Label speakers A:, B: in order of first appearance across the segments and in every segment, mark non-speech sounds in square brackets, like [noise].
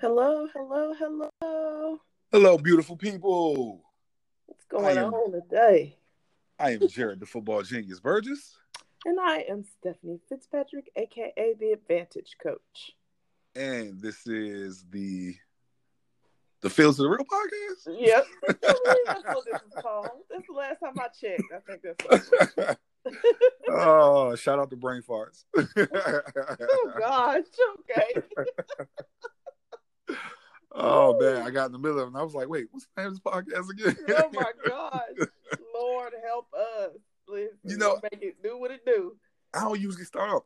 A: Hello, hello, hello.
B: Hello, beautiful people.
A: What's going
B: am-
A: on today?
B: I am Jared, the football genius Burgess,
A: And I am Stephanie Fitzpatrick, aka the Advantage Coach.
B: and this is the the Fields of the Real podcast. [laughs]
A: Yep. I believe that's what this is called. That's the last time I checked. I think that's what it was.
B: oh, shout out to Brain Farts. [laughs]
A: Oh gosh. [laughs] Okay.
B: oh man, I got in the middle of it and I was like, wait, what's the name of this podcast again?
A: Oh my gosh. Lord help us. Please,
B: You know-
A: make it do what it do.
B: [laughs] I don't usually start off.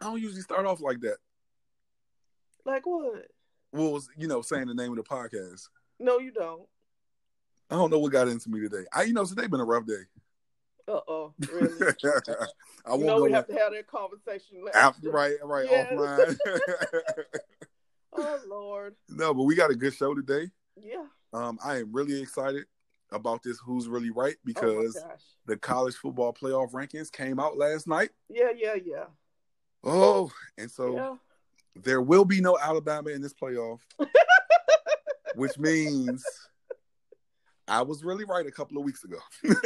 B: I don't usually start off like that.
A: Like what?
B: Well, you know, saying the name of the podcast.
A: No, you don't.
B: I don't know what got into me today. I, you know, today been a rough day.
A: Uh oh. Really?
B: [laughs] I won't
A: you know
B: go
A: we
B: in-
A: have to have that conversation later.
B: out- right, right,
A: Yes.
B: offline. [laughs]
A: Oh Lord.
B: no, but we got a good show today.
A: Yeah.
B: Um, I am really excited about this Who's Really Right because
A: oh my gosh.
B: the college football playoff rankings came out last night.
A: Yeah, yeah, yeah.
B: Oh, and so
A: yeah.
B: there will be no Alabama in
A: [laughs]
B: this playoff, which means I was really right a couple of weeks ago. [laughs]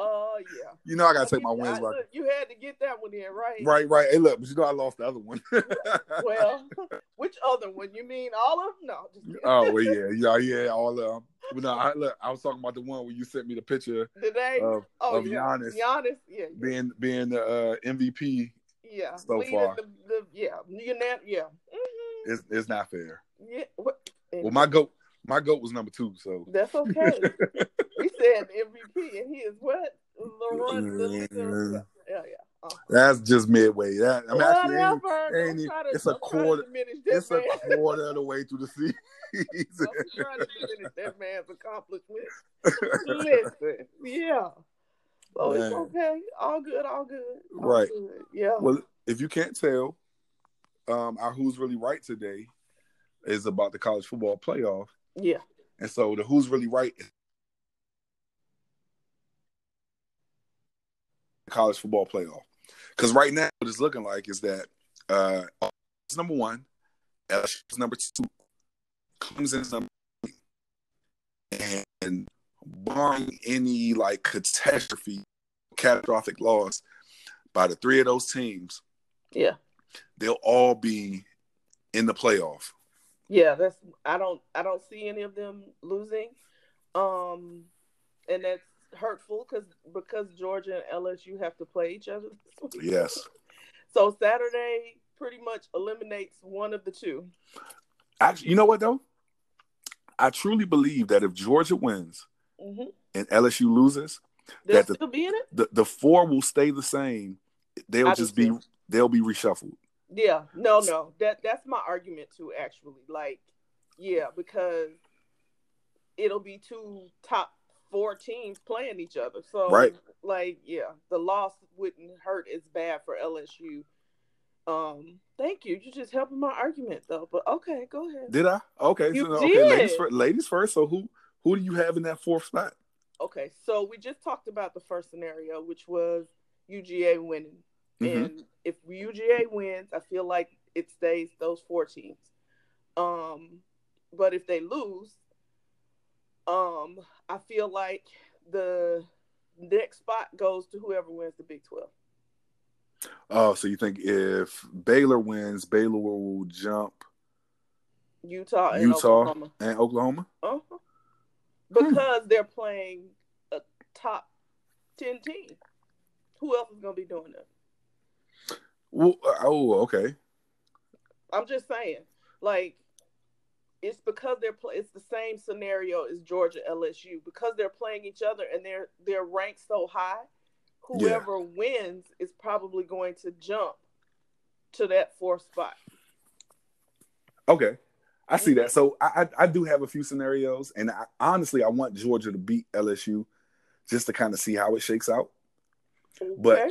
A: Oh yeah.
B: you know, I got to take my
A: You-
B: wins.
A: I-
B: Like,
A: look, you had to get that one in, right?
B: right, right. Hey, look, but you know, I lost the other one. [laughs]
A: Well, [laughs] which other one? You mean all of them? No. Just kidding.
B: Oh well, yeah, yeah, yeah. All um, well, no, I, look, I was talking about the one where you sent me the picture
A: Today.
B: of
A: oh
B: Uh, of
A: yeah.
B: Giannis.
A: Giannis. Yeah. Yeah.
B: being being the uh, MVP.
A: yeah.
B: so
A: Leading
B: far.
A: The, the, yeah. Unan- yeah. hmm
B: It's, it's not fair.
A: Yeah. What? and-
B: Well, my goat, my goat was number two. So
A: That's
B: [laughs]
A: okay. we said MVP, and he is what? LaRon. the- the- Yeah, yeah.
B: that's just midway. That I'm actually. ain't-
A: Whatever. Don't
B: ain't-
A: try to-
B: it's a
A: don't try to
B: quarter-
A: diminish that
B: It's a
A: man.
B: [laughs] quarter of the way through the [laughs] season.
A: [laughs] I'm trying to finish that man's accomplishment. Listen, yeah. So it's
B: Man.
A: okay. All good, all good. all
B: Right.
A: good, Yeah.
B: well, if you can't tell, um, our who's really right today is about the college football playoff,
A: yeah.
B: and so the who's really right is the college football playoff. Because right now, what it's looking like is that uh, it's number one, LSU is number two, Clemson's number three, and barring any like catastrophe, catastrophic loss by the three of those teams,
A: Yeah.
B: they'll all be in the playoff.
A: Yeah, that's I don't I don't see any of them losing. Um and that's hurtful cuz because Georgia and LSU have to play each other. this week.
B: Yes,
A: So Saturday pretty much eliminates one of the two.
B: actually, you know what though? I truly believe that if Georgia wins
A: Mhm.
B: and LSU loses,
A: They'll
B: That the-
A: still be in it?
B: the the four will stay the same. They'll
A: I do
B: just be
A: too.
B: they'll be reshuffled.
A: Yeah, no, no. That that's my argument too. Actually, like, yeah, because it'll be two top four teams playing each other. So,
B: Right.
A: like, yeah, the loss wouldn't hurt as bad for LSU. Um, thank you. You're just helping my argument though. But okay, go ahead.
B: Did I? Okay,
A: You
B: so,
A: did.
B: okay, ladies first. Ladies first. So who who do you have in that fourth spot?
A: Okay, so we just talked about the first scenario, which was UGA winning.
B: Mhm.
A: And if UGA wins, I feel like it stays those four teams. Um, but if they lose, um, I feel like the next spot goes to whoever wins the Big Twelve.
B: Oh, so you think if Baylor wins, Baylor will jump
A: Utah and
B: Utah.
A: Oklahoma.
B: and Oklahoma?
A: Uh-huh. Because they're playing a top ten team. Who else is gonna be doing that?
B: Well, oh, okay.
A: I'm just saying, like, it's because they're play- it's the same scenario as Georgia LSU because they're playing each other and they're they're ranked so high.
B: Yeah.
A: Whoever wins is probably going to jump to that fourth spot.
B: Okay. I see that. So I, I I do have a few scenarios, and I, honestly, I want Georgia to beat LSU just to kind of see how it shakes out. But-
A: Okay?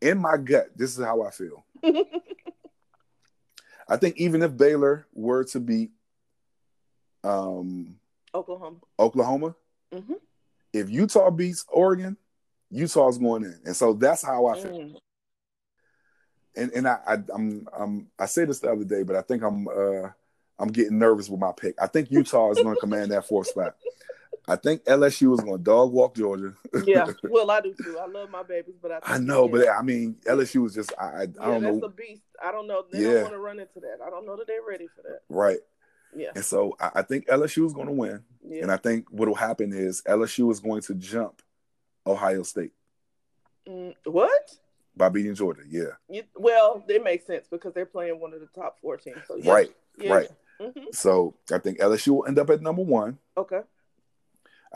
B: in my gut, this is how
A: [laughs]
B: I feel. I think even if Baylor were to beat um,
A: Oklahoma,
B: Oklahoma,
A: Mhm.
B: if Utah beats Oregon, Utah's going in, and so that's how I feel.
A: Mm.
B: and and I, I I'm I'm I said this the other day, but I think I'm uh I'm getting nervous with my pick. I think Utah is going to command that fourth spot. I think LSU is going to dog walk Georgia.
A: yeah, well, I do too. I love my babies, but I,
B: I know,
A: yeah.
B: but I mean LSU is just I I, I
A: yeah,
B: don't
A: that's
B: know
A: a beast. I don't know. They
B: Yeah.
A: don't want to run into that. I don't know that they're ready for that.
B: right,
A: Yeah,
B: and so I, I think LSU is going to win,
A: yeah.
B: and I think what will happen is LSU is going to jump Ohio State
A: Mm, what?
B: by beating Georgia. Yeah,
A: You, well, it makes sense because they're playing one of the top four teams. So yeah,
B: right.
A: yeah.
B: right.
A: Mhm.
B: So I think LSU will end up at number one.
A: Okay.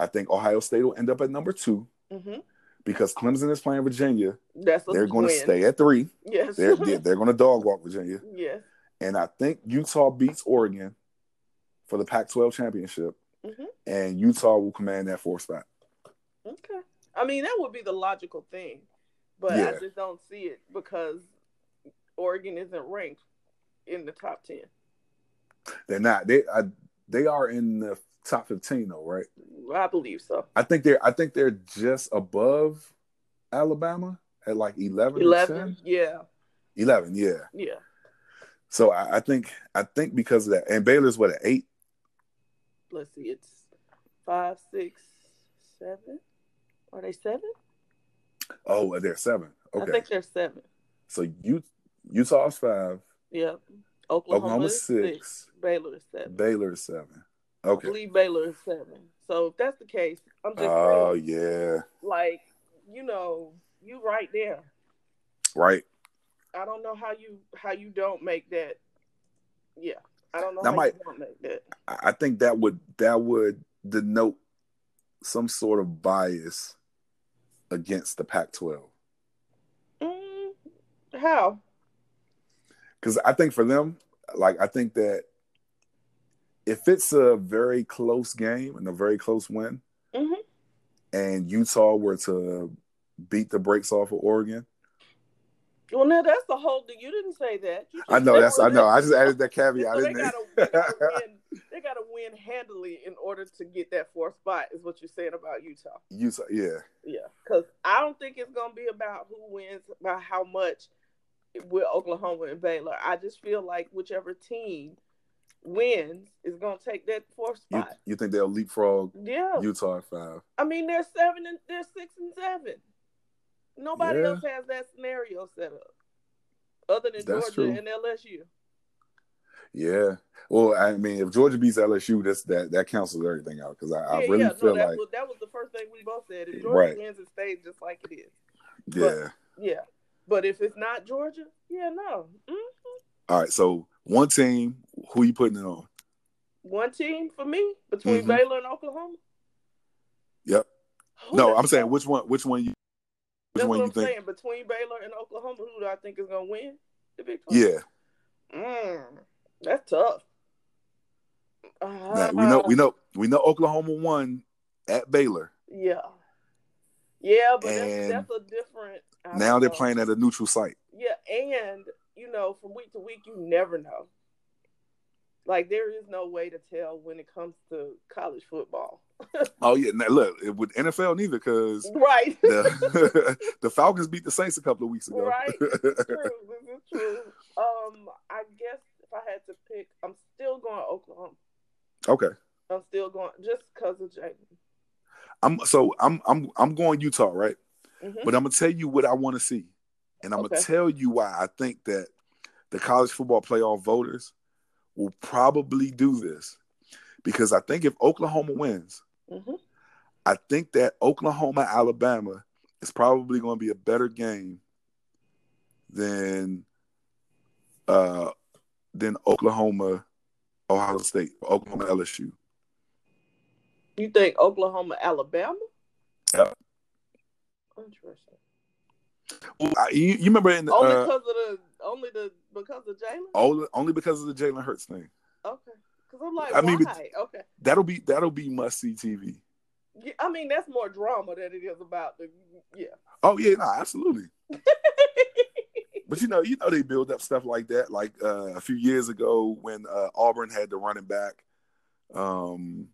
B: I think Ohio State will end up at number two
A: hmm
B: because Clemson is playing Virginia.
A: That's a
B: They're going to
A: win.
B: stay at three.
A: Yes. [laughs]
B: They're they're, they're going to dog walk Virginia,
A: yes.
B: and I think Utah beats Oregon for the Pac-12 championship,
A: Mhm.
B: and Utah will command that fourth spot.
A: Okay. I mean, that would be the logical thing, but
B: Yeah.
A: I just don't see it because Oregon isn't ranked in the top ten.
B: They're not. They I, they are in the top fifteen though, right?
A: I believe so.
B: I think they're I think they're just above Alabama at like eleven. or
A: Eleven.
B: 10?
A: Yeah.
B: Eleven. Yeah.
A: Yeah.
B: So I, I think I think because of that, and Baylor's what at eight.
A: Let's see. It's five, six, seven. Are they seven?
B: Oh, they're seven.
A: I
B: Okay.
A: think they're seven.
B: So you Utah's five,
A: Yeah.
B: Oklahoma,
A: Oklahoma, is six.
B: six,
A: Baylor is seven.
B: Baylor's seven.
A: I
B: Okay.
A: believe Baylor is seven. So if that's the case, I'm just
B: Oh
A: saying,
B: yeah.
A: like, you know, you right there.
B: Right.
A: I don't know how you how you don't make that. Yeah, I don't know
B: That
A: how
B: might-
A: you don't make that.
B: I I think that would that would denote some sort of bias against the Pac-12
A: Mm, how?
B: because I think for them, like I think that if it's a very close game and a very close win,
A: Mhm.
B: and Utah were to beat the brakes off of Oregon,
A: Well, now that's the whole. You didn't say that. You just
B: I know
A: said
B: that's I
A: that.
B: know I just added that caveat.
A: So
B: I
A: [laughs] they
B: didn't
A: gotta,
B: [laughs]
A: they, gotta win, they gotta win handily in order to get that fourth spot, is what you're saying about Utah.
B: Utah, yeah,
A: Yeah, because I don't think it's gonna be about who wins, about how much with Oklahoma and Baylor. I just feel like whichever team wins is gonna take that fourth
B: you,
A: spot.
B: you think they'll leapfrog
A: yeah,
B: Utah at five?
A: I mean they're seven and they're six and seven. Nobody
B: Yeah.
A: else has that scenario set up, other than
B: That's
A: Georgia
B: true.
A: and LSU.
B: Yeah. Well, I mean, if Georgia beats LSU, that's that that cancels everything out because I, I really feel
A: that,
B: like
A: was, that was the first thing we both said. If Georgia
B: Right.
A: wins, it stays just like it is.
B: yeah.
A: Yeah, but if it's not Georgia, yeah, no. Mm.
B: All right, so one team, who you putting it on?
A: One team for me between
B: Mhm.
A: Baylor and Oklahoma.
B: Yep.
A: Who
B: No,
A: the-
B: I'm saying which one? Which one you? Which
A: That's
B: one
A: what
B: you
A: I'm
B: think?
A: saying. Between Baylor and Oklahoma, who do I think is gonna win the Big Twelve?
B: Yeah.
A: Mm, that's tough. Uh,
B: Nah, we know.
A: Oh.
B: We know. We know Oklahoma won at Baylor.
A: Yeah. Yeah, but
B: And
A: that's, that's a different. I don't
B: Now they're
A: know.
B: playing at a neutral site.
A: Yeah, and you know, from week to week, you never know. Like there is no way to tell when it comes to college football,
B: Oh yeah. Now, look, it, with NFL neither because
A: [laughs] right?
B: the, [laughs] the Falcons beat the Saints a couple of weeks ago.
A: Right. It's true. This is true. Um, I guess if I had to pick, I'm still going Oklahoma.
B: [laughs] okay.
A: I'm still going just because of Jaden.
B: I'm so I'm I'm I'm going Utah right,
A: Mhm.
B: but I'm gonna tell you what I want to see, and I'm
A: Okay.
B: gonna tell you why I think that the college football playoff voters will probably do this because I think if Oklahoma wins,
A: Mhm.
B: I think that Oklahoma Alabama is probably going to be a better game than uh than Oklahoma Ohio State Oklahoma LSU.
A: You think Oklahoma, Alabama?
B: Yep.
A: Interesting.
B: Well, I, you, you remember in
A: Only
B: uh, Oh.
A: because of the only the because of Jalen.
B: only, only because of the Jalen Hurts thing.
A: Okay. Because I'm like,
B: I
A: why?
B: mean, but-
A: okay.
B: That'll be that'll be must see TV.
A: Yeah, I mean, that's more drama than it is about the yeah.
B: [laughs] Oh yeah, no, absolutely. But you know, you know they build up stuff like that. Like uh, a few years ago when uh, Auburn had the running back, um,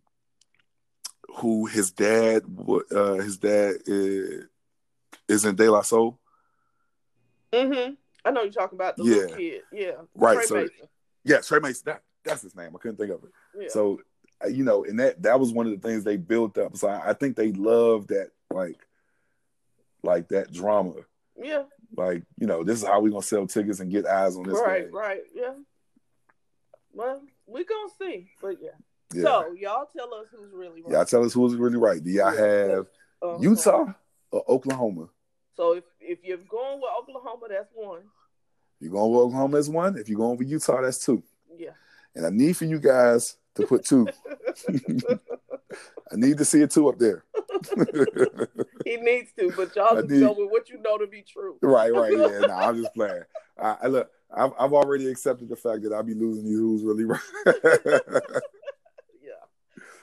B: who his dad, wa- uh, his dad is, is in De La Soul.
A: mm-hmm. I know you're talking about the
B: Yeah.
A: little kid. Yeah.
B: Right,
A: Trey
B: so-
A: Mason.
B: Yeah, Trey Mason. That, that's his name. I couldn't think of it.
A: Yeah.
B: So uh, you know, and that that was one of the things they built up. So I, I think they love that like like that drama.
A: yeah.
B: Like you know, this is how we gonna sell tickets and get eyes on this.
A: Right.
B: thing.
A: Right. Yeah. Well, we gonna see, but yeah.
B: Yeah.
A: So y'all tell us who's really right.
B: y'all tell us who's really right. Do y'all have
A: Um,
B: Utah or Oklahoma?
A: So if if you're going with Oklahoma, that's one.
B: You're going with Oklahoma as one. If you're going with Utah, that's two.
A: Yeah. [laughs]
B: And I need for you guys to put two. [laughs] I need to see a two up there. [laughs]
A: he needs to, but y'all
B: I
A: just
B: need-
A: go with what you know to be true.
B: right, right. Yeah, no, I'm just playing. I, I look. I've, I've already accepted the fact that I'll be losing you. Who's really right? [laughs]
A: Yeah.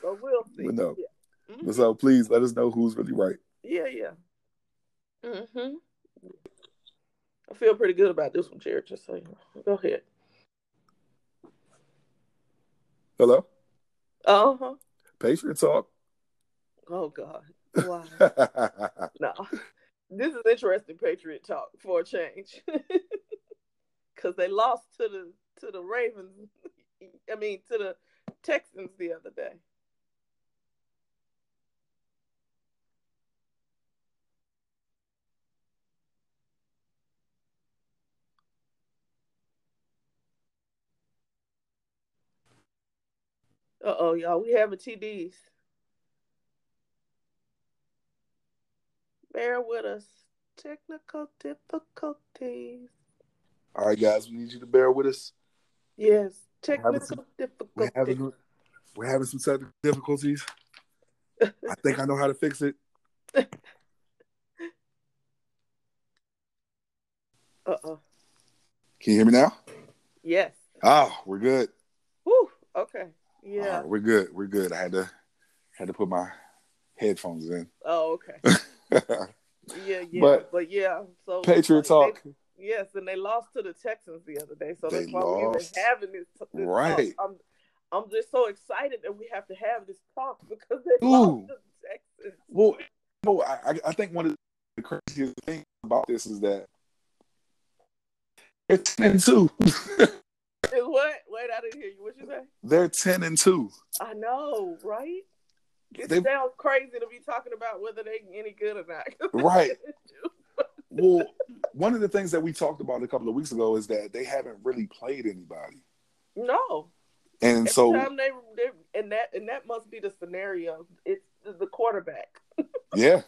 A: But we'll see.
B: But no.
A: Yeah. Mhm.
B: But so please let us know who's really right.
A: Yeah, yeah. Mm-hmm. I feel pretty good about this one, Jared. Just so you know. Go ahead.
B: Hello,
A: Uh huh.
B: Patriot Talk. [laughs]
A: Oh God. Wow. [laughs]
B: That's
A: no. This is interesting Patriot talk for a change. [laughs] Cause they lost to the to the Ravens. I mean to the Texans the other day. Uh oh, y'all. We having TDs. Bear with us. Technical difficulties.
B: all right, guys. We need you to bear with us.
A: Yes,
B: having
A: technical
B: We're
A: difficulties.
B: having we're having some technical difficulties. I think I know how to fix it.
A: Uh oh.
B: Can you hear me now?
A: Yes.
B: Ah, we're good.
A: Whew. Okay. Yeah.
B: All right, we're good. We're good. I had to had to put my headphones in. [laughs]
A: Oh, okay. Yeah, yeah. But,
B: But-
A: yeah. So
B: Patriot
A: like,
B: Talk.
A: they- yes, and they lost to the Texans the other day, so
B: They
A: that's why we're
B: lost.
A: having this. this
B: Right.
A: Talk. I'm, I'm just so excited that we have to have this talk because they
B: Ooh.
A: lost to the Texans. [laughs]
B: Well, well, I, I- I think one of the craziest things about this is that they're ten and two.
A: Is what? Wait, I didn't hear you. What you say?
B: They're ten and two.
A: I know, right? It
B: They-
A: sounds crazy to be talking about whether they any good or not.
B: Right. Well, one of the things that we talked about a couple of weeks ago is that they haven't really played anybody,
A: [laughs] no.
B: and
A: Every
B: so
A: time they, they and that and that must be the scenario. It's the quarterback.
B: yeah,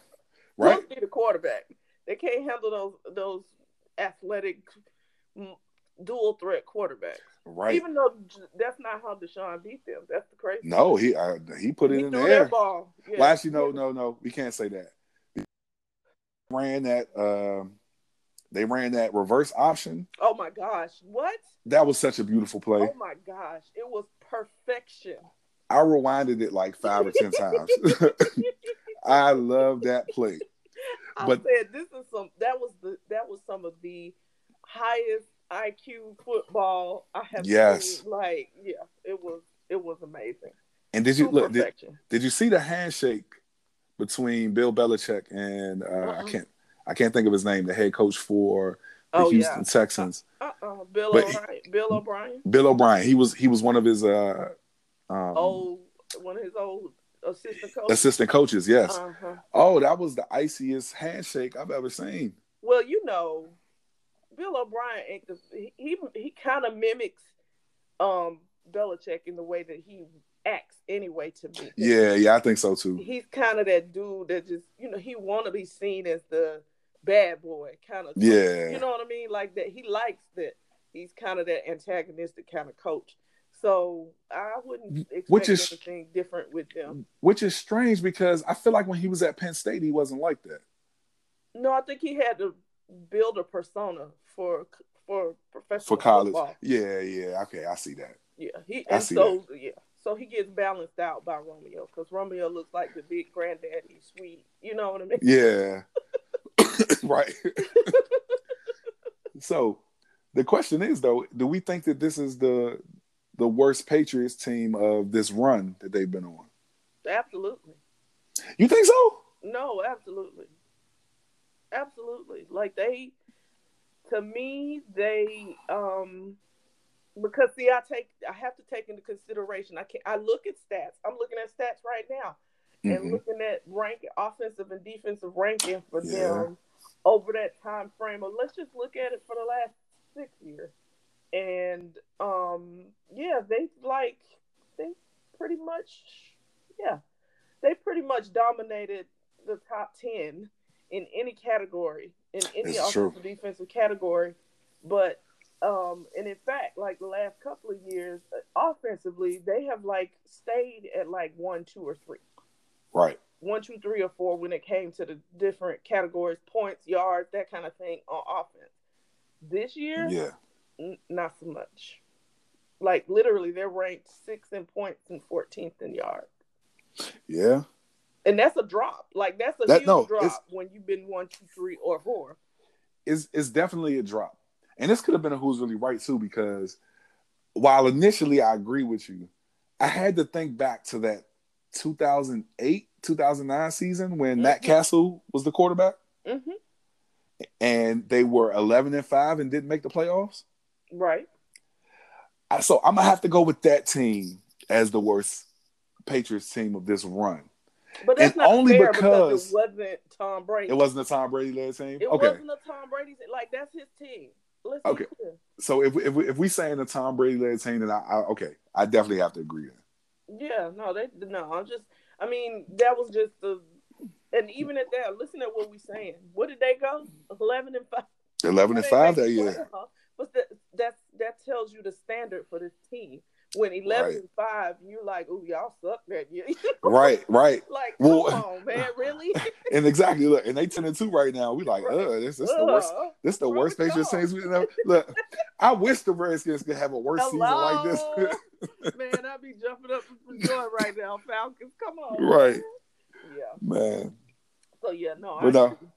B: right.
A: Must be the quarterback. They can't handle those those athletic mm, dual threat quarterbacks.
B: Right.
A: Even though j- that's not how Deshaun beat them. That's the crazy.
B: No, he I, he put it
A: he
B: in the
A: threw
B: air.
A: that ball. Yeah.
B: Well, actually, no, no, no. We can't say that. Ran that. Um, they ran that reverse option.
A: Oh my gosh! What?
B: That was such a beautiful play.
A: Oh my gosh! It was
B: [laughs]
A: perfection.
B: I rewinded it like five or ten times. [laughs] I love that play.
A: I
B: But-
A: said this is some that was the that was some of the highest IQ football I have
B: Yes.
A: seen. Like, yeah, it was it was amazing.
B: And did you
A: True
B: look? Did,
A: perfection.
B: did you see the handshake between Bill Belichick and uh, I
A: Uh-uh.
B: can't I can't think of his name, the head coach for the
A: oh
B: Houston
A: yeah.
B: Texans,
A: Uh uh Bill
B: But-
A: O'Brien. Bill O'Brien.
B: Bill O'Brien. He was he was one of his uh, um,
A: Old one of his old assistant coaches.
B: assistant coaches. Yes.
A: Uh-huh.
B: Oh, that was the iciest handshake I've ever seen.
A: Well, you know, Bill O'Brien ain't the he he, he kind of mimics um Belichick in the way that he acts anyway to me.
B: Yeah, yeah, I think so too.
A: he's kind of that dude that just you know he want to be seen as the bad boy kind of
B: Yeah.
A: you know what i mean like that he likes that he's kind of that antagonistic kind of coach so i wouldn't expect
B: Mm, Which is-
A: anything different with them
B: Which is strange because I feel like when he was at Penn State, he wasn't like that.
A: no i think he had to build a persona for for professional
B: For college.
A: football.
B: Yeah, yeah. Okay, I see that.
A: yeah he
B: I
A: and
B: see
A: so yeah so he gets balanced out by romeo because romeo looks like the big granddaddy sweet you know what i mean
B: Yeah. [coughs] right. [laughs] so the question is though, do we think that this is the the worst Patriots team of this run that they've been on?
A: absolutely
B: You think so?
A: No, absolutely. Absolutely. Like they to me they um because see i take i have to take into consideration i can not i look at stats i'm looking at stats right now and
B: Mhm.
A: looking at rank offensive and defensive ranking for
B: Yeah.
A: them over that time frame or let's just look at it for the last six years and um yeah they like they pretty much yeah they pretty much dominated the top 10 in any category in any
B: It's true.
A: offensive defensive category but um and in fact like the last couple of years uh, offensively they have like stayed at like one two or three
B: Right.
A: one, two, three, or four when it came to the different categories, points, yards, that kind of thing on offense. This year,
B: Yeah.
A: n- not so much. Like literally, they're ranked sixth in points and fourteenth in yards,
B: Yeah.
A: and that's a drop. Like that's a
B: That-
A: huge
B: no, it's-
A: drop when you've been one, two, three, or four.
B: It's it's definitely a drop. And this could have been a who's really right too, because while initially I agree with you, I had to think back to that 2008, 2009 season when Nat
A: Mhm.
B: Castle was the quarterback
A: hmm
B: and they were 11 and 5 and didn't make the playoffs.
A: Right?
B: I, so I'm gonna have to go with that team as the worst Patriots team of this run.
A: But that's
B: And
A: not
B: only
A: fair
B: because-
A: it wasn't Tom Brady.
B: It wasn't a Tom Brady led team.
A: It
B: okay,
A: wasn't a Tom Brady's. Like that's his team. Let's
B: Okay. so if if we, if we saying a Tom Brady led team, then I, I okay, I definitely have to agree. Then.
A: Yeah, no, they no. I'm just. I mean, that was just the. And even at that, listen at what we saying. What did they go? Eleven and five.
B: Eleven and
A: They
B: five
A: made
B: that
A: the
B: year.
A: playoffs. But that that that tells you the standard for this team. When eleven
B: Right.
A: and five, you like, oh y'all suck that year. [laughs]
B: Right, right,
A: like, come
B: Well-
A: on,
B: [laughs]
A: man, really?
B: and exactly. Look, and they ten and two right now. We like, uh, this this
A: [laughs]
B: the worst.
A: Ugh.
B: This the
A: Where
B: worst
A: we
B: Patriots
A: going?
B: teams we never look. I wish the Redskins could have a worse season like this.
A: Hello? man, I be jumping up for joy right now, Falcons. Come on,
B: [laughs] Right.
A: Yeah.
B: Man,
A: So yeah, no, I
B: But no.
A: agree.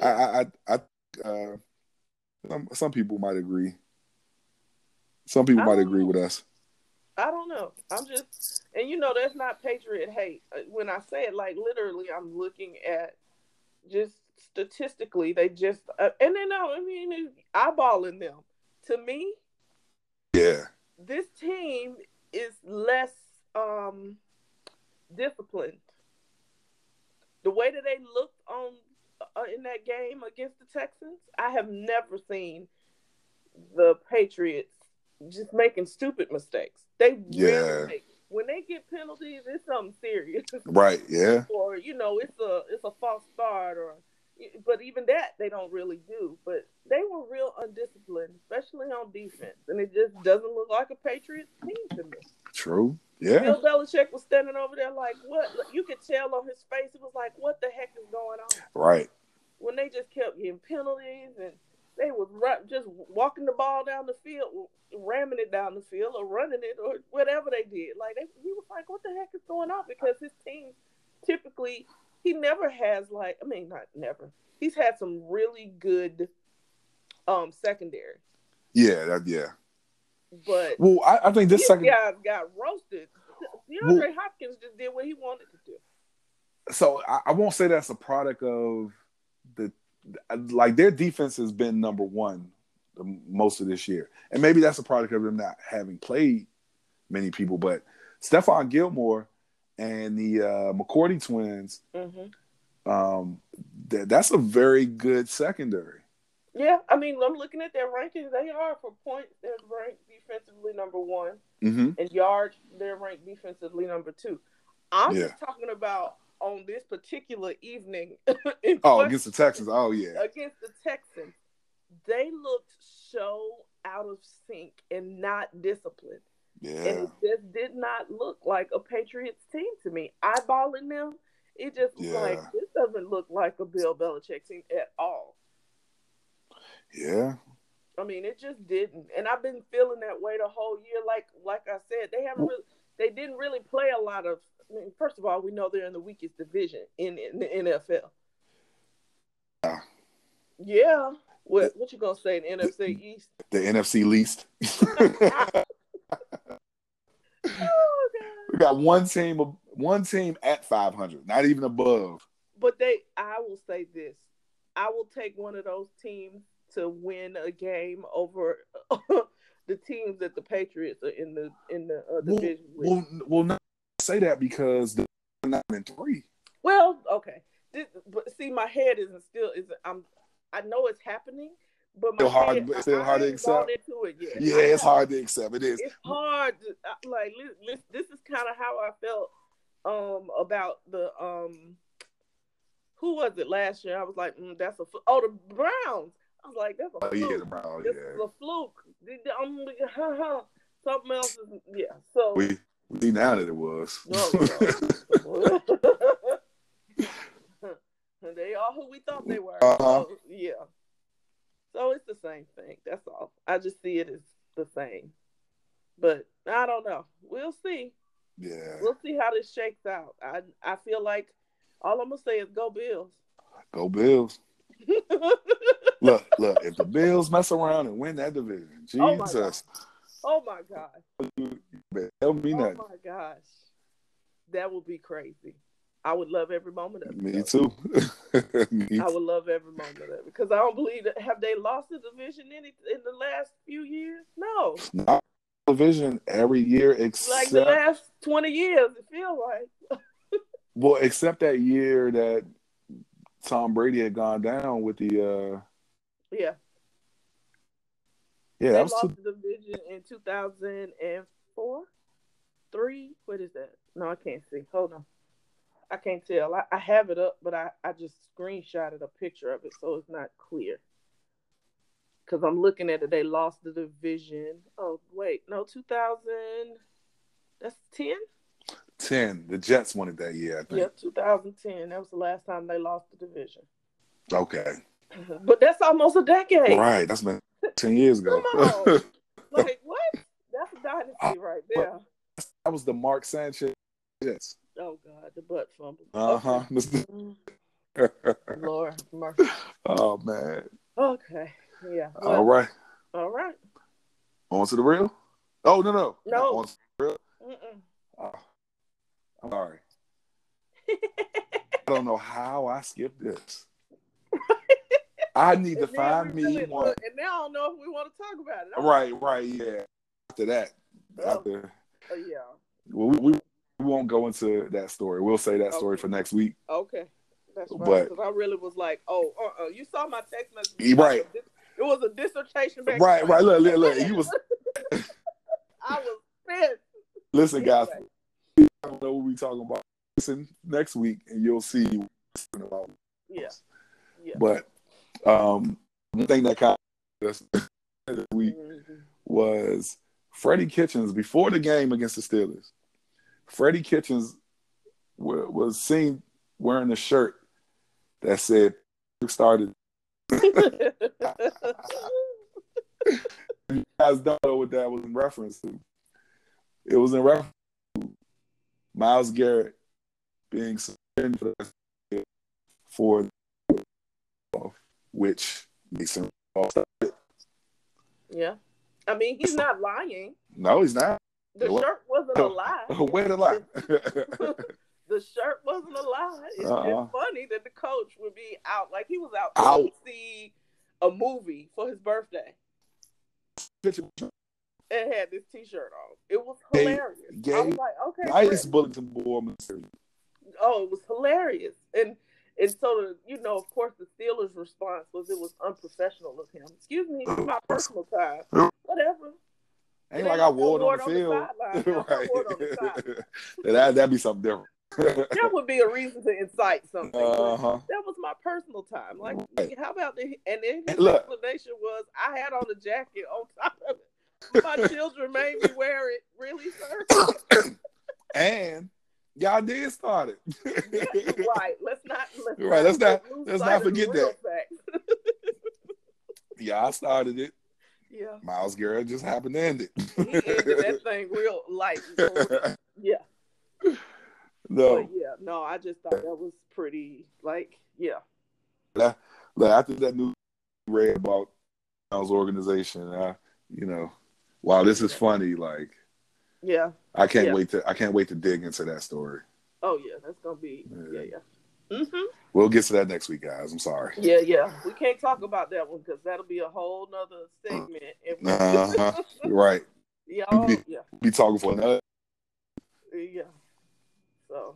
B: I I I, I uh, some some people might agree. Some people
A: I
B: might
A: don't
B: agree
A: know.
B: with us.
A: I don't know. I'm just, and you know, that's not patriot hate. Uh, When I say it, like literally, I'm looking at just statistically, they just, uh, and then I mean, it's eyeballing them. To me,
B: Yeah.
A: this team is less um disciplined. The way that they looked on uh, in that game against the Texans, I have never seen the Patriots just making stupid mistakes. They
B: Yeah.
A: really make when they get penalties, it's something serious, [laughs]
B: Right. Yeah.
A: or you know, it's a it's a false start, or but even that they don't really do. But they were real undisciplined, especially on defense, and it just doesn't look like a Patriots team to me.
B: True. Yeah.
A: Bill Belichick was standing over there like, what? You could tell on his face, it was like, what the heck is going on?
B: Right.
A: When they just kept getting penalties and they was ru- just walking the ball down the field, ramming it down the field or running it or whatever they did. Like, they, he was like, what the heck is going on? Because his team typically, he never has like, I mean, not never. He's had some really good um secondary,
B: Yeah. That, yeah.
A: but
B: Well, I, I think this
A: these
B: second.
A: guys got roasted. DeAndre
B: Well-
A: Hopkins just did what he wanted to do.
B: So I, I won't say that's a product of the like their defense has been number one the, most of this year, and maybe that's a product of them not having played many people. But Stephon Gilmore and the uh, McCourty twins,
A: hmm
B: um, th- that's a very good secondary.
A: Yeah, I mean, I'm looking at their rankings. They are for points, they're ranked defensively number one,
B: Mm-hmm.
A: and yards, they're ranked defensively number two. I'm
B: Yeah.
A: just talking about on this particular evening [laughs] in
B: Oh,
A: question-
B: against the Texans. Oh yeah,
A: against the Texans. They looked so out of sync and not disciplined. And
B: yeah,
A: it just did not look like a Patriots team to me. Eyeballing them, it just was
B: Yeah.
A: like, this doesn't look like a Bill Belichick team at all.
B: yeah.
A: I mean, it just didn't. And I've been feeling that way the whole year. Like like I said, they haven't really they didn't really play a lot of I mean, first of all, we know they're in the weakest division in, in the NFL.
B: Yeah.
A: Yeah. What what you gonna say in NFC East? Ah.
B: The NFC least.
A: Oh, God.
B: We got one team, one team at 500, not even above.
A: But they I will say this. I will take one of those teams to win a game over [laughs] the teams that the Patriots are in the in the uh,
B: Well,
A: division with.
B: Well, well, not say that because the [laughs] nine and three.
A: Well, okay. This, but see, my head isn't still is I'm. I know it's happening, but my
B: Still hard-
A: head,
B: but still
A: I- I
B: hard to
A: ain't gone
B: accept.
A: Into it yet.
B: Yeah,
A: I
B: it's
A: know.
B: hard to accept. It is.
A: It's hard. To, I- like li- li- this is kind of how I felt um about the um who was it last year? I was like, mm, that's a fl- oh the Browns. I was like, that's a
B: Oh
A: fluke.
B: yeah, the Browns.
A: This is
B: Yeah,
A: a fluke. Did the- um, [laughs] Something else is yeah. So
B: we we see now that it was.
A: No, no. they are who we thought [laughs] they were.
B: Uh-huh.
A: So, yeah. So it's the same thing. That's all. I just see it as the same. But I don't know. We'll see.
B: [laughs] yeah,
A: We'll see how this shakes out. I I feel like all I'm gonna say is go Bills. [laughs]
B: go Bills. Look, look. If the Bills mess around and win that division,
A: Oh, my
B: Jesus,
A: oh my god.
B: man, tell me
A: Oh
B: nothing.
A: my gosh. That would be crazy. I would love every moment of it.
B: Me
A: though.
B: too. [laughs] Me
A: I would love every moment of it because I don't believe that have they lost the division any in the last few years? No,
B: not division every year
A: like
B: except
A: the last twenty years, it feels like.
B: well, except that year that Tom Brady had gone down with the uh
A: Yeah,
B: yeah,
A: they
B: that was
A: lost
B: two,
A: the division in two thousand and four, three. What is that? No, I can't see. Hold on, I can't tell. I, I have it up, but I I just screenshotted a picture of it, so it's not clear. Cause I'm looking at it, they lost the division. Oh wait, no, two thousand. That's ten.
B: ten. The Jets won it that year, I think.
A: Yeah, 2010. That was the last time they lost the division.
B: Okay.
A: But that's almost a decade.
B: Right. That's been ten years ago.
A: Come on. [laughs] Like, what? That's a
B: Uh,
A: dynasty right there.
B: [laughs] that was the Mark Sanchez Jets.
A: Oh, God, the butt fumble.
B: Uh-huh.
A: Okay.
B: [laughs]
A: Lord have mercy.
B: oh man.
A: Okay. Yeah.
B: All
A: Well,
B: right.
A: all right.
B: On to the real? Oh no no.
A: No.
B: Not on to the real.
A: Mm-mm.
B: Oh, I'm sorry. I don't know how I
A: [laughs]
B: skipped this. I need to
A: And now
B: find
A: we
B: me
A: really-
B: one.
A: look, And now I don't know if we want to talk about it.
B: Right, right, yeah. After that,
A: Oh.
B: after
A: Oh, yeah.
B: well, we, we we won't go into that story. We'll say that story
A: Okay.
B: for next week.
A: Okay. That's right.
B: But-
A: Because I really was like, oh, uh-uh. You saw my text message.
B: You right.
A: It was a dissertation. back and
B: Right,
A: forth.
B: right. Look,
A: [laughs]
B: look, look. You was
A: I was pissed.
B: listen, guys.
A: Anyway.
B: I don't know what we talking about. Listen next week, and you'll see what we're talking about.
A: Yeah. Yeah.
B: But um, one thing that kind of us [laughs] this week
A: Mhm.
B: was Freddie Kitchens before the game against the Steelers. Freddie Kitchens wa- was seen wearing a shirt that said "Started." you guys don't know what that was in reference to. It was in reference to Miles Garrett being suspended for the- for which Mason Rudolph started.
A: [laughs] yeah. I mean, he's not lying.
B: No, he's not. [laughs]
A: The
B: What?
A: shirt wasn't a lie.
B: [laughs]
A: [laughs]
B: Where the lie?
A: The shirt wasn't a lie. It's
B: Uh-uh.
A: just funny that the coach would be out. Like, he was out,
B: Out.
A: to see a movie for his birthday and had this t shirt on. It was
B: Gay-
A: hilarious. I
B: gay-
A: was like, okay.
B: nice
A: great.
B: bulletin board material.
A: oh, it was hilarious. And and so the, you know, of course, the Steelers' response was it was unprofessional of him. Excuse me, it's
B: [laughs]
A: my personal time. Whatever.
B: Ain't
A: It
B: like
A: ain't
B: I wore it on
A: wore
B: the field. [laughs]
A: sideline. No, I wore it on the
B: right.
A: side.
B: [laughs] that, that'd
A: [laughs]
B: be something different.
A: That would be a reason to incite something.
B: uh
A: but
B: huh.
A: That was my personal time. Like,
B: Right.
A: how about the? And then his
B: And look.
A: explanation was, I had on a jacket on top of it. My children made me wear it. Really, sir?
B: And y'all did start it.
A: right. Let's not. Let's
B: Right, let's not-
A: lose
B: let's
A: sight
B: not
A: of the
B: forget
A: real
B: that.
A: facts.
B: [laughs] yeah, I started it.
A: Yeah.
B: Miles Garrett just happened to end
A: [laughs] He ended
B: it.
A: that thing real light. Yeah. But
B: [laughs] no,
A: yeah, no, I just thought that was pretty. Like, yeah.
B: look, after that news we read about Miles' organization, I, you know, wow, this is funny. Like,
A: Yeah.
B: I can't
A: Yeah.
B: wait to I can't wait to dig into that story.
A: Oh yeah, that's gonna be. Yeah, yeah. Mhm.
B: We'll get to that next week, guys. I'm
A: [laughs]
B: sorry.
A: Yeah, yeah. We can't talk about that one because that'll be a whole nother segment. If we-
B: Uh-huh. right.
A: Y'all, [laughs] yeah,
B: Be talking for another.
A: yeah. So,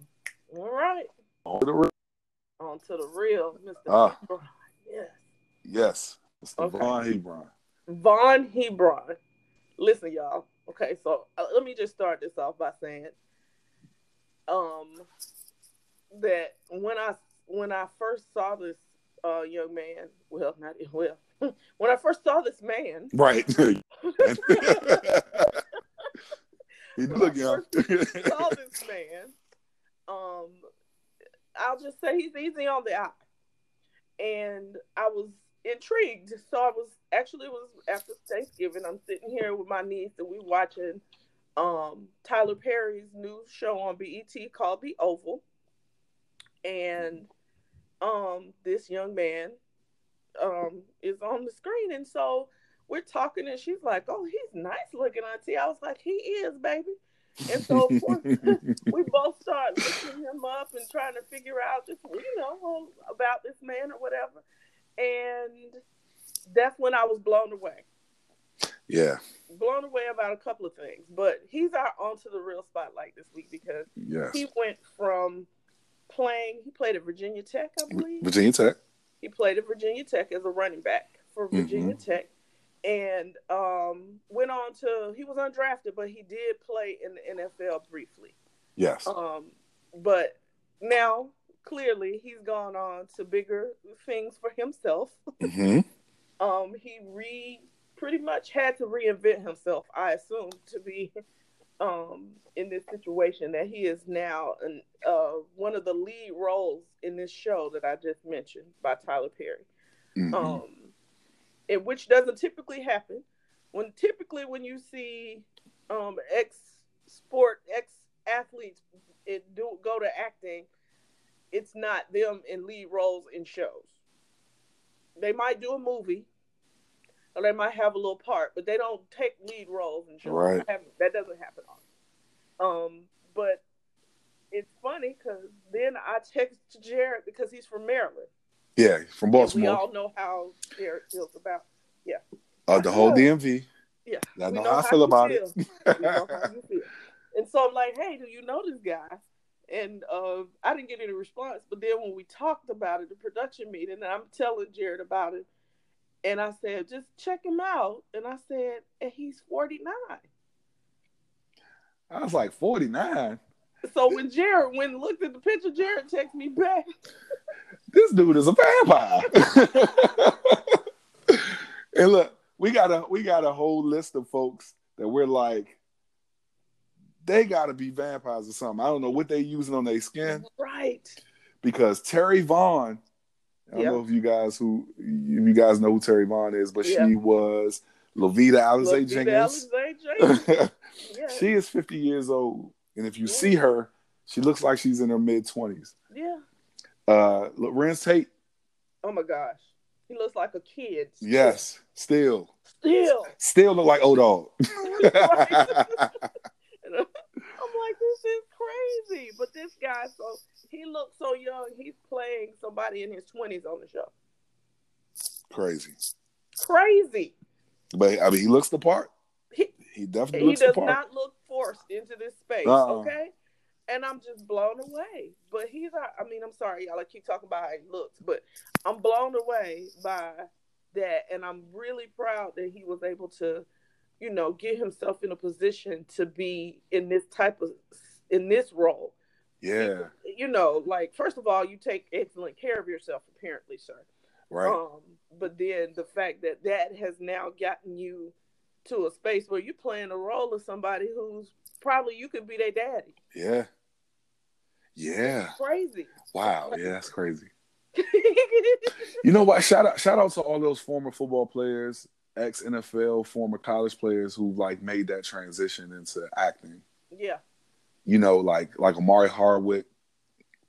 A: all right.
B: on to the re-
A: On to the real, Mr.
B: Ah.
A: Hebron. Yes.
B: Yes. It's the
A: Okay.
B: Von Hebron.
A: Von Hebron. Listen, y'all. Okay, so uh, let me just start this off by saying, um, that when I when I first saw this uh young man, well, not [laughs] well, when I first saw this man,
B: Right. [laughs] he do look young.
A: [laughs] saw this man, um, I'll just say he's easy on the eye, and I was intrigued. So I was actually it was after Thanksgiving. I'm sitting here with my niece, and we watching um Tyler Perry's new show on BET called The Oval, and um this young man um is on the screen, and so. We're talking and she's like, "Oh, he's nice looking, Auntie." I was like, "He is, baby." And so, of course, [laughs] we both start looking him up and trying to figure out just you know um, about this man or whatever. And that's when I was blown away.
B: [laughs] yeah.
A: Blown away about a couple of things, but he's our onto the real spotlight this week because
B: Yes.
A: he went from playing. He played at Virginia Tech, I believe.
B: Virginia Tech.
A: He played at Virginia Tech as a running back for Virginia Tech, and um, went on to. He was undrafted, but he did play in the NFL briefly.
B: Yes.
A: Um, but now clearly he's gone on to bigger things for himself.
B: hmm
A: Um, he re pretty much had to reinvent himself, I assume, to be um in this situation that he is now an, uh one of the lead roles in this show that I just mentioned by Tyler Perry
B: Mm-hmm.
A: um, and which doesn't typically happen. When typically when you see um, ex sport ex athletes it do go to acting, it's not them in lead roles in shows. They might do a movie, or they might have a little part, but they don't take lead roles in shows.
B: Right.
A: That haven't- That doesn't happen often. Um, but it's funny because then I text Jared because he's from Maryland.
B: Yeah. From
A: And We
B: Baltimore.
A: all know how Derek feels about.
B: Uh, the whole DMV.
A: Yeah,
B: I
A: we
B: know how I feel
A: you
B: about it.
A: feel. We know how you feel. And so I'm like, hey, do you know this guy? And uh, I didn't get any response. But then when we talked about it, the production meeting, and I'm telling Jared about it, and I said, just check him out. And I said, and he's 49.
B: I was like 49.
A: So when Jared went and looked at the picture, Jared texted me back.
B: This dude is a vampire. [laughs] and look, we got a we got a whole list of folks that we're like, they gotta be vampires or something. I don't know what they using on their skin.
A: Right.
B: because Terry Vaughn. I don't
A: Yeah.
B: know if you guys who if you guys know who Terry Vaughn is, but
A: Yeah.
B: she was Levita Alizé
A: Look, Vita
B: Jenkins.
A: Alizé Jenkins.
B: [laughs]
A: Yeah.
B: she is 50 years old, and if you
A: Yeah.
B: see her, she looks like she's in her mid 20s.
A: yeah.
B: Uh, Lorenz Tate,
A: Oh my gosh. He looks like a kid.
B: yes, still,
A: Still.
B: still look like old dog. [laughs]
A: And I'm like, this is crazy. But this guy, so he looks so young. He's playing somebody in his twenties on the show.
B: Crazy,
A: Crazy.
B: but I mean, he looks the part.
A: He-
B: He definitely
A: He
B: looks the
A: does
B: part.
A: not look forced into this space.
B: Uh-uh.
A: Okay. And I'm just blown away. But he's, our- I mean, I'm sorry, y'all. I keep talking about how he looks, but I'm blown away by that. And I'm really proud that he was able to, you know, get himself in a position to be in this type of, in this role.
B: yeah,
A: you know, like first of all, you take excellent care of yourself, apparently, sir.
B: right.
A: Um, but then the fact that that has now gotten you to a space where you're playing a role of somebody who's probably you could be their daddy.
B: yeah, yeah.
A: Crazy. [laughs]
B: Wow, yeah, that's crazy. You know what? Shout out, shout out to all those former football players, ex NFL, former college players who like made that transition into acting.
A: yeah.
B: You know, like like Amari Hardwick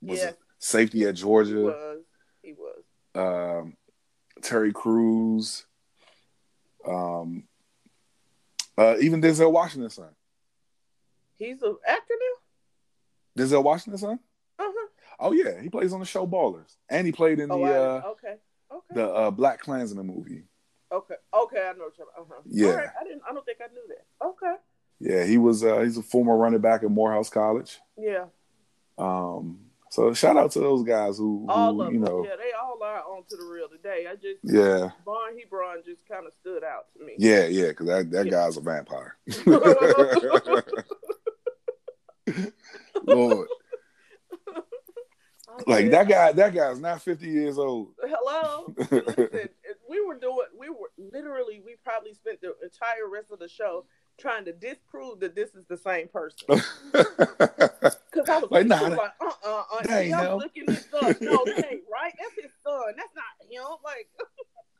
B: was
A: yeah.
B: a safety at
A: He
B: Georgia.
A: was. He was.
B: Um, Terry Crews, um, uh, even Denzel Washington son.
A: He's an actor now?
B: Denzel Washington son.
A: Uh-huh.
B: Oh yeah, he plays on the show Ballers, and he played in
A: Oh,
B: the
A: I-
B: uh,
A: okay. Okay.
B: the uh, Black Klansman movie.
A: okay. Okay. I know what you're. Uh-huh.
B: Yeah.
A: All right. I didn't. I don't think I knew that. Okay.
B: Yeah, he was uh, he's a former running back at Morehouse College.
A: Yeah.
B: Um, so shout out to those guys who, who,
A: All of
B: you
A: them.
B: know,
A: Yeah. They all are on to the real today. I just
B: yeah,
A: Barn Hebron just kind of stood out to me. [laughs]
B: yeah, yeah, because that that
A: Yeah.
B: guy's a vampire.
A: [laughs]
B: Lord,
A: I
B: like
A: said,
B: that guy, that guy's not fifty
A: [laughs]
B: years old. [laughs]
A: Hello. Listen, if we were doing. We were literally. We probably spent the entire rest of the show trying to disprove that this is the same person.
B: [laughs]
A: Because I was like,
B: Like, nah,
A: nah,
B: that-
A: like uh uh
B: that ain't
A: I'm
B: him.
A: looking this up.
B: [laughs]
A: No, that ain't right. That's his son. That's not him. Like,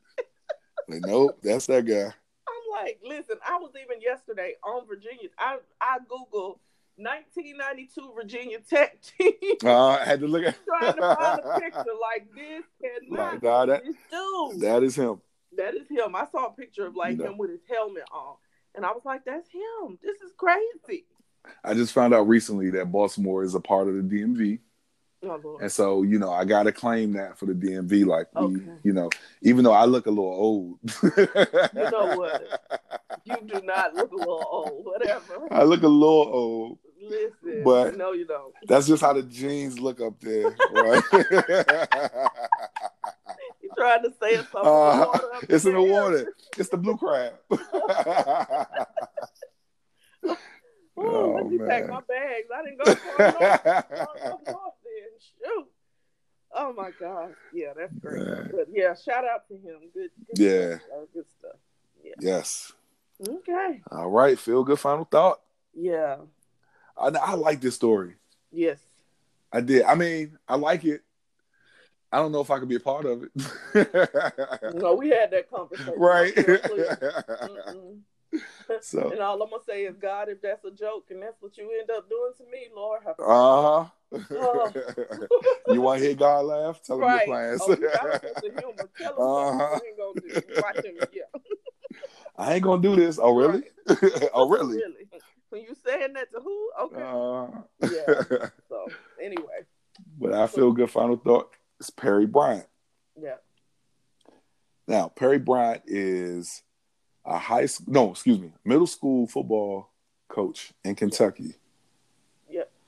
A: [laughs]
B: Like, nope, that's that guy.
A: I'm like, listen, I was even yesterday on Virginia. I, I Googled 1992 Virginia Tech [laughs] team
B: Uh, I had to look at
A: trying to find a picture. Like, this cannot
B: like, nah, that
A: be this dude.
B: that is him.
A: that is him. I saw a picture of like
B: No.
A: him with his helmet on. And I was like, that's him. This is crazy.
B: I just found out recently that Baltimore is a part of the DMV.
A: Oh, Lord.
B: And so, you know, I gotta claim that for the DMV. Like, we,
A: Okay.
B: you know, even though I look a little old, you [laughs]
A: know what? you do not look a little old. Whatever.
B: I look a little old.
A: Listen,
B: But-
A: no, you don't.
B: That's just how the jeans look up there, right? [laughs]
A: You trying to say it's something?
B: Uh,
A: water up
B: it's in the
A: there.
B: water. It's the blue crab.
A: Ooh,
B: Oh,
A: let me pack
B: man.
A: my bags. I didn't go far enough.
B: [laughs]
A: I was off then. Shoot. Oh my God. Yeah, that's great.
B: Man.
A: But yeah, shout out to him. Good, good
B: Yeah.
A: stuff. uh, good stuff.
B: yes.
A: Okay.
B: All right. Feel good. Final thought.
A: Yeah.
B: I, I like this story.
A: Yes.
B: I did. I mean, I like it. I don't know if I could be a part of it. [laughs]
A: No, we had that conversation.
B: right. [laughs]
A: Mm-mm.
B: so.
A: And all I'm gonna say is, God, if that's a joke and that's what you end up doing to me, Lord, have
B: Uh huh.
A: Oh.
B: [laughs] you want to hear God laugh? Tell him
A: right.
B: your plans.
A: Oh, you got a sense of humor. Tell him uh
B: Uh-huh.
A: ain't gonna do. Watch him. Yeah.
B: [laughs] I ain't gonna do this. Oh [laughs] really? [laughs] oh really?
A: When you saying that to who? Okay.
B: Uh,
A: yeah.
B: [laughs]
A: So anyway,
B: but I feel good. Final thought is Perry Bryant.
A: yeah.
B: Now Perry Bryant is a high school, no, excuse me, middle school football coach in Kentucky.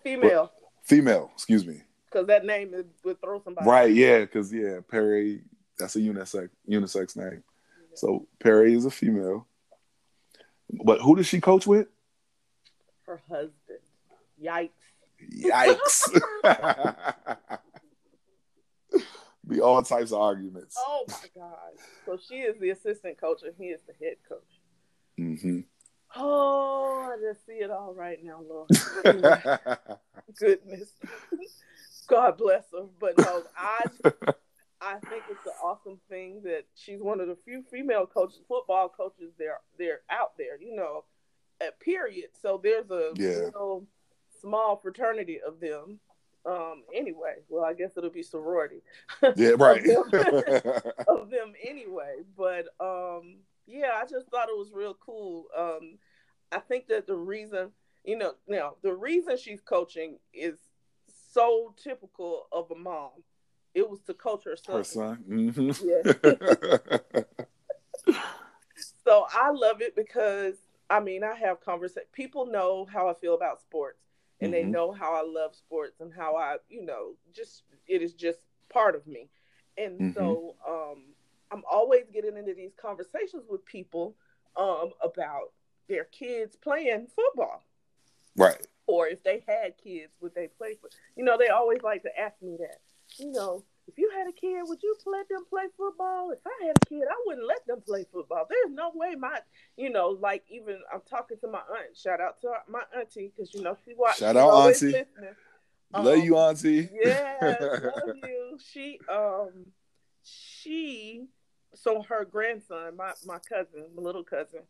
A: Female,
B: Female, excuse me.
A: because that name is, would throw somebody.
B: Right? Yeah, because yeah, Perry. That's a unisex unisex name. So Perry is a female. But who does she coach with?
A: Her husband. Yikes. [laughs]
B: Yikes. Be all types of arguments.
A: Oh my God. So she is the assistant coach and he is the head coach. [laughs]
B: hmm
A: Oh, I just see it all right now, Lord. Goodness. Goodness. [laughs] God bless her. But no, I I think it's an awesome thing that she's one of the few female coaches, football coaches they're they're out there, you know, at period. So there's a
B: Yeah.
A: little small fraternity of them. Um anyway, well I guess it'll be sorority
B: yeah, right.
A: of them anyway. But um, yeah, I just thought it was real cool. Um, I think that the reason, you know, now the reason she's coaching is so typical of a mom. It was to coach her son.
B: [laughs] Her son. hmm
A: Yeah. So I love it because I mean I have conversation. People know how I feel about sports, and
B: Mhm.
A: they know how I love sports and how I, you know, just it is just part of me. And
B: Mhm.
A: so um, I'm always getting into these conversations with people um, about their kids playing football,
B: [laughs] Right.
A: or if they had kids, would they play? For, you know, they always like to ask me that. You know. If you had a kid, would you let them play football? If I had a kid, I wouldn't let them play football. There's no way my you know, like even I'm talking to my aunt. Shout out to my auntie because you know she watches.
B: Shout out,
A: always
B: auntie.
A: listening.
B: Love you,
A: Um,
B: Auntie.
A: Yeah,
B: [laughs]
A: love you. She um, she so her grandson, my my cousin, my little cousin,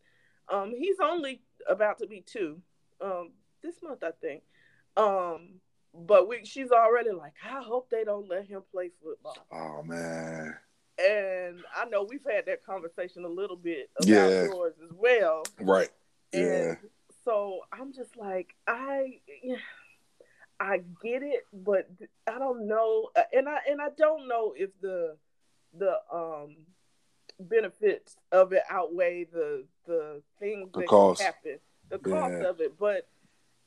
A: um, he's only about to be two, um, this month I think, um, but we she's already like I hope they don't let him play football.
B: Oh man.
A: And I know we've had that conversation a little bit about
B: Yeah.
A: yours as well.
B: Right. Yeah.
A: And so I'm just like, I, [sighs] I get it, but I don't know, uh, and I and I don't know if the the um benefits of it outweigh the the things
B: The
A: that
B: cost.
A: happen, the cost
B: Yeah.
A: of it. But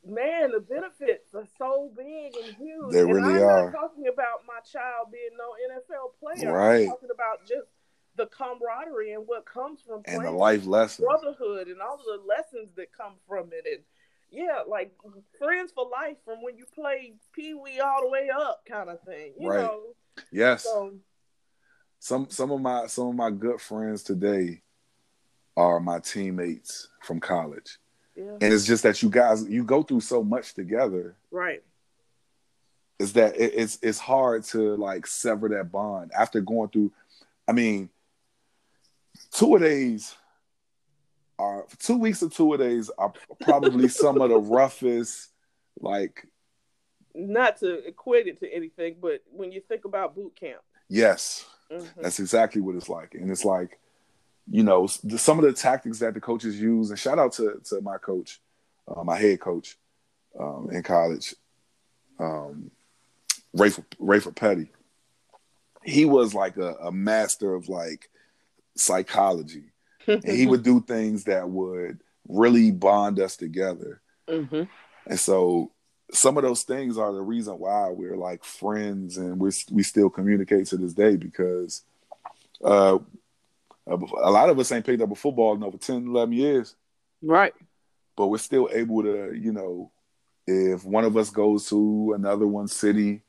A: man, the benefits are so big and huge.
B: They
A: and
B: really
A: I'm
B: are.
A: Not talking about my child being no NFL player.
B: Right.
A: I'm talking about just the camaraderie and what comes from
B: and the
A: playing
B: life lesson.
A: brotherhood and all the lessons that come from it and yeah like friends for life from when you play pee-wee all the way up kind of thing you
B: Right.
A: know
B: Yes.
A: so
B: Some some of my some of my good friends today are my teammates from college.
A: yeah
B: And it's just that you guys you go through so much together.
A: right
B: Is that it, it's it's hard to like sever that bond after going through I mean two a days are two weeks of two a days are probably some of the [laughs] roughest like
A: not to equate it to anything but when you think about boot camp
B: yes
A: mhm.
B: That's exactly what it's like. And it's like, you know, s- the- some of the tactics that the coaches use, and shout out to, to my coach, uh, my head coach um, in college, um, Rayford, Rayford Petty. He was like a, a master of like psychology. And he would do things that would really bond us together.
A: Mhm.
B: And so some of those things are the reason why we're like friends and we're we still communicate to this day because uh a a lot of us ain't picked up a football in over 10 11 years
A: right
B: but we're still able to you know if one of us goes to another one city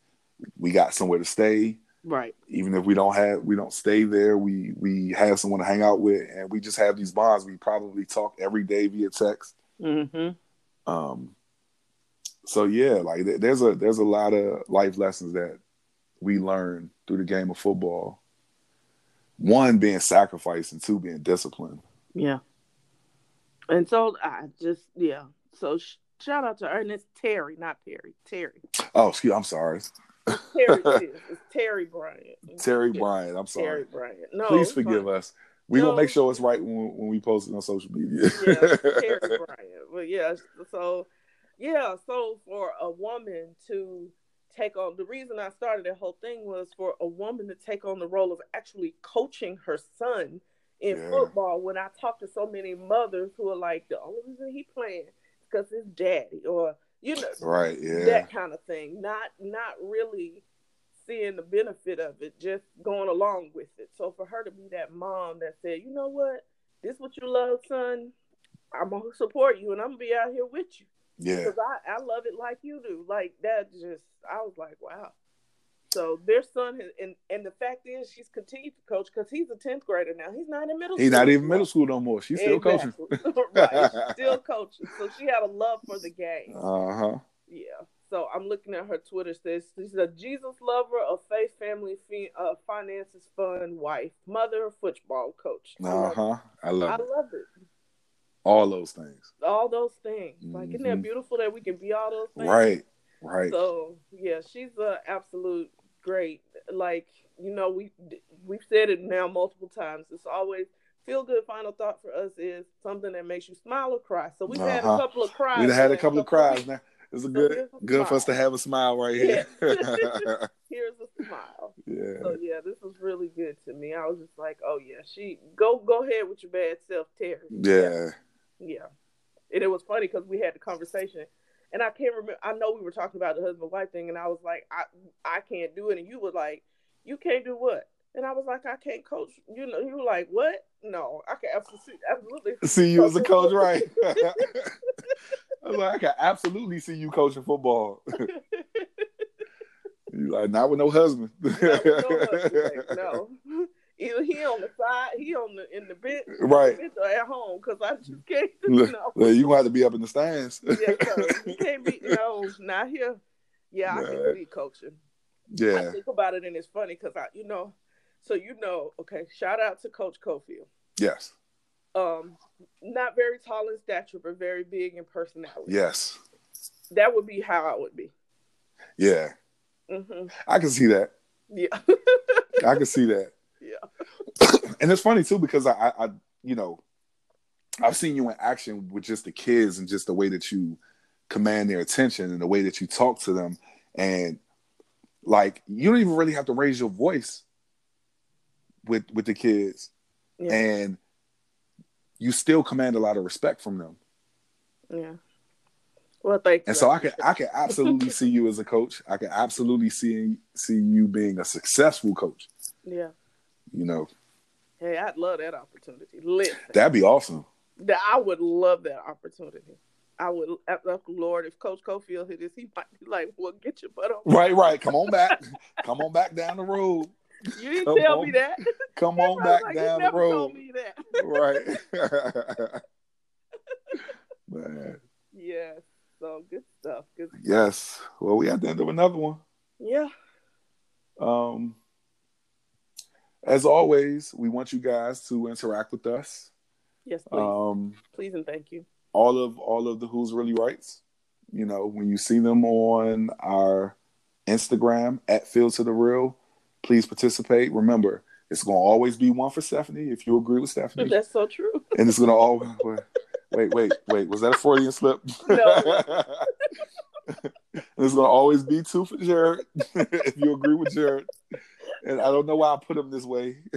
B: we got somewhere to stay
A: right
B: even if we don't have we don't stay there we we have someone to hang out with and we just have these bonds we probably talk every day via text
A: mm-hmm.
B: um so yeah like th- there's a there's a lot of life lessons that we learn through the game of football one being sacrifice and two being discipline
A: yeah and so i just yeah so sh- shout out to ernest terry not perry terry
B: oh excuse i'm sorry
A: terry it is. it's terry bryant
B: terry
A: Yeah,
B: bryant i'm sorry
A: terry bryant no
B: please
A: it's
B: forgive
A: fine.
B: us we're
A: No.
B: gonna make sure it's right when, when we post it on social media
A: yeah,
B: [laughs]
A: Terry Bryant. But yeah, so yeah, so for a woman to take on the reason I started that whole thing was for a woman to take on the role of actually coaching her son in
B: Yeah.
A: football. When I talk to so many mothers who are like, the only reason he playing is because his daddy, or you know,
B: right yeah
A: that kind of thing. Not not really seeing the benefit of it, just going along with it. So for her to be that mom that said, you know what, this what you love, son. I'm gonna support you and I'm gonna be out here with you
B: yeah
A: because I I love it like you do. Like that, just I was like, wow. So their son has, and and the fact is she's continued to coach because he's a tenth grader now. He's not in middle.
B: he's not even
A: anymore.
B: middle school no more she's still coaching
A: Exactly. [laughs] right,
B: [laughs]
A: she's still coaching. So she had a love for the game.
B: uh-huh
A: Yeah. So I'm looking at her Twitter says she's a Jesus lover, a faith family, fi- uh, finances fun wife, mother, football coach. I love it.
B: uh-huh i
A: I
B: love it.
A: love it.
B: all those things
A: All those things. Like, isn't that
B: Mhm.
A: beautiful that we can be all those things?
B: right right
A: So yeah, she's a absolute great. Like you know, we we've said it now multiple times. It's always feel good. Final thought for us is something that makes you smile or cry. So we've had a
B: Uh-huh.
A: couple of cries.
B: We done had a
A: in the
B: couple of
A: last
B: cries
A: weeks.
B: now. It's
A: [laughs]
B: a
A: So
B: good
A: here's a
B: good for us to
A: smile.
B: have a smile right here.
A: Yeah. Here's a smile.
B: [laughs] yeah.
A: So yeah, this was really good to me. I was just like, oh yeah, she go go ahead with your bad self, Terry.
B: Yeah.
A: Yeah. And it was funny because we had the conversation. And I can't remember. I know we were talking about the husband wife thing, and I was like, I I can't do it. And you were like, you can't do what? And I was like, I can't coach. You know, you were like, what? No, I can absolutely,
B: [laughs]
A: absolutely.
B: See you as a coach, right? [laughs] I was like, I can absolutely see you
A: [laughs]
B: coaching football. you like not with no husband.
A: No, no, like, no. [laughs] Either he on the side, he on the in the bench,
B: [laughs]
A: [laughs]
B: Right.
A: bench or at home, because I just can't.
B: Look,
A: No.
B: Well, you gonna have to be up in the stands.
A: Yeah, no,
B: [laughs]
A: you can't be no, not here. Yeah, I
B: Nah.
A: can be coaching. I
B: yeah.
A: think about it and it's funny because I, you know, so you know, okay, shout out to Coach Cofield.
B: Yes.
A: Um, not very tall in stature, but very big in personality.
B: Yes.
A: That would be how I would be.
B: Yeah.
A: hmm
B: I can see that.
A: Yeah.
B: I can
A: [laughs]
B: see that. Yeah. [coughs] and it's funny too because I, I, I, you know, I've seen you in action with just the kids and just the way that you command their attention and the way that you talk to them and like you don't even really have to raise your voice with with the kids
A: Yeah.
B: and you still command a lot of respect from them
A: Yeah. Well, thank you.
B: and so i can i can
A: [laughs]
B: absolutely see you as a coach i can absolutely see see you being a successful coach
A: Yeah.
B: you know
A: Hey, I'd love that opportunity. Listen,
B: that'd be awesome
A: that- I would love that opportunity. I would, uh, uh, Lord, if Coach Cofield hit this, he might be like, "Well, get your butt on."
B: right right come on back come on back down the road
A: You didn't
B: Come
A: tell
B: on
A: me that.
B: come
A: I
B: on
A: was
B: back
A: like,
B: down
A: you
B: the
A: never
B: road
A: told me that. [laughs]
B: right Man,
A: yeah. So good stuff. Good.
B: yes well we have to end up another one
A: Yeah.
B: Um, as always, we want you guys to interact with us.
A: Yes, please.
B: Um,
A: please and thank you.
B: all of all of the Who's Really Rights. You know, when you see them on our Instagram at Field to the Real, please participate. Remember, it's gonna always be one for Stephanie if you agree with Stephanie,
A: [laughs] That's so true.
B: and it's gonna always. Wait, wait, wait. Was that a Freudian slip? [laughs]
A: No.
B: There's gonna always be two for Jared [laughs] if you agree with Jared. And I don't know why I put him this way. [laughs]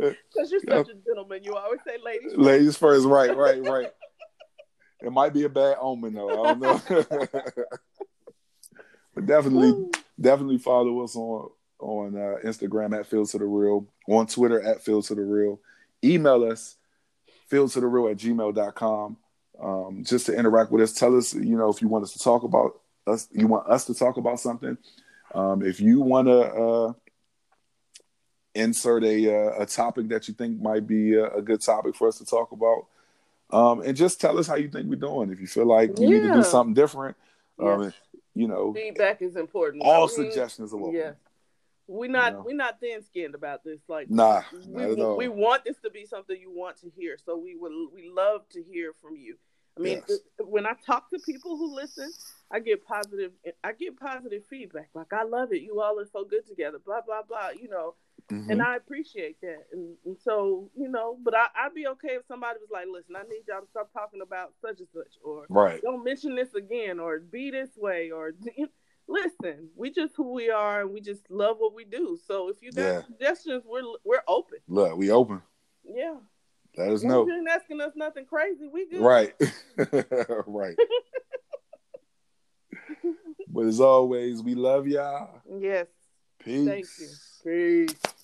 A: Because you're such a gentleman. You always say, ladies.
B: Ladies first, right, right, right. It might be a bad omen though. I don't know. [laughs] but definitely,
A: Woo.
B: definitely follow us on on uh, Instagram at Field to the Real, on Twitter at Field to the Real. Email us field to the real at gmail.com um, just to interact with us. Tell us, you know, if you want us to talk about us, you want us to talk about something. Um, if you want to uh, insert a uh, a topic that you think might be a, a good topic for us to talk about, um, and just tell us how you think we're doing. If you feel like you need to
A: Yeah.
B: do something different,
A: Yeah.
B: um, you know,
A: Feedback is important.
B: all
A: Mhm.
B: suggestions are welcome.
A: Yeah. We're not
B: know.
A: we're not thin skinned about this. Like
B: Nah,
A: we,
B: not at all.
A: we want this to be something you want to hear. So we would we love to hear from you. I mean,
B: Yes.
A: th- when I talk to people who listen, I get positive I get positive feedback. Like I love it. You all are so good together. Blah blah blah. You know,
B: Mhm.
A: and I appreciate that. And, and so you know, but I, I'd be okay if somebody was like, "Listen, I need y'all to stop talking about such and such," or
B: right.
A: don't mention this again or be this way or [laughs] listen we just who we are and we just love what we do so if you got
B: Yeah.
A: suggestions we're we're open
B: Look, we open.
A: yeah
B: Let us
A: As long as
B: know.
A: you ain't asking us nothing crazy we good
B: Right. [laughs]
A: [laughs]
B: right. but as always, we love y'all.
A: yes
B: Peace.
A: thank you peace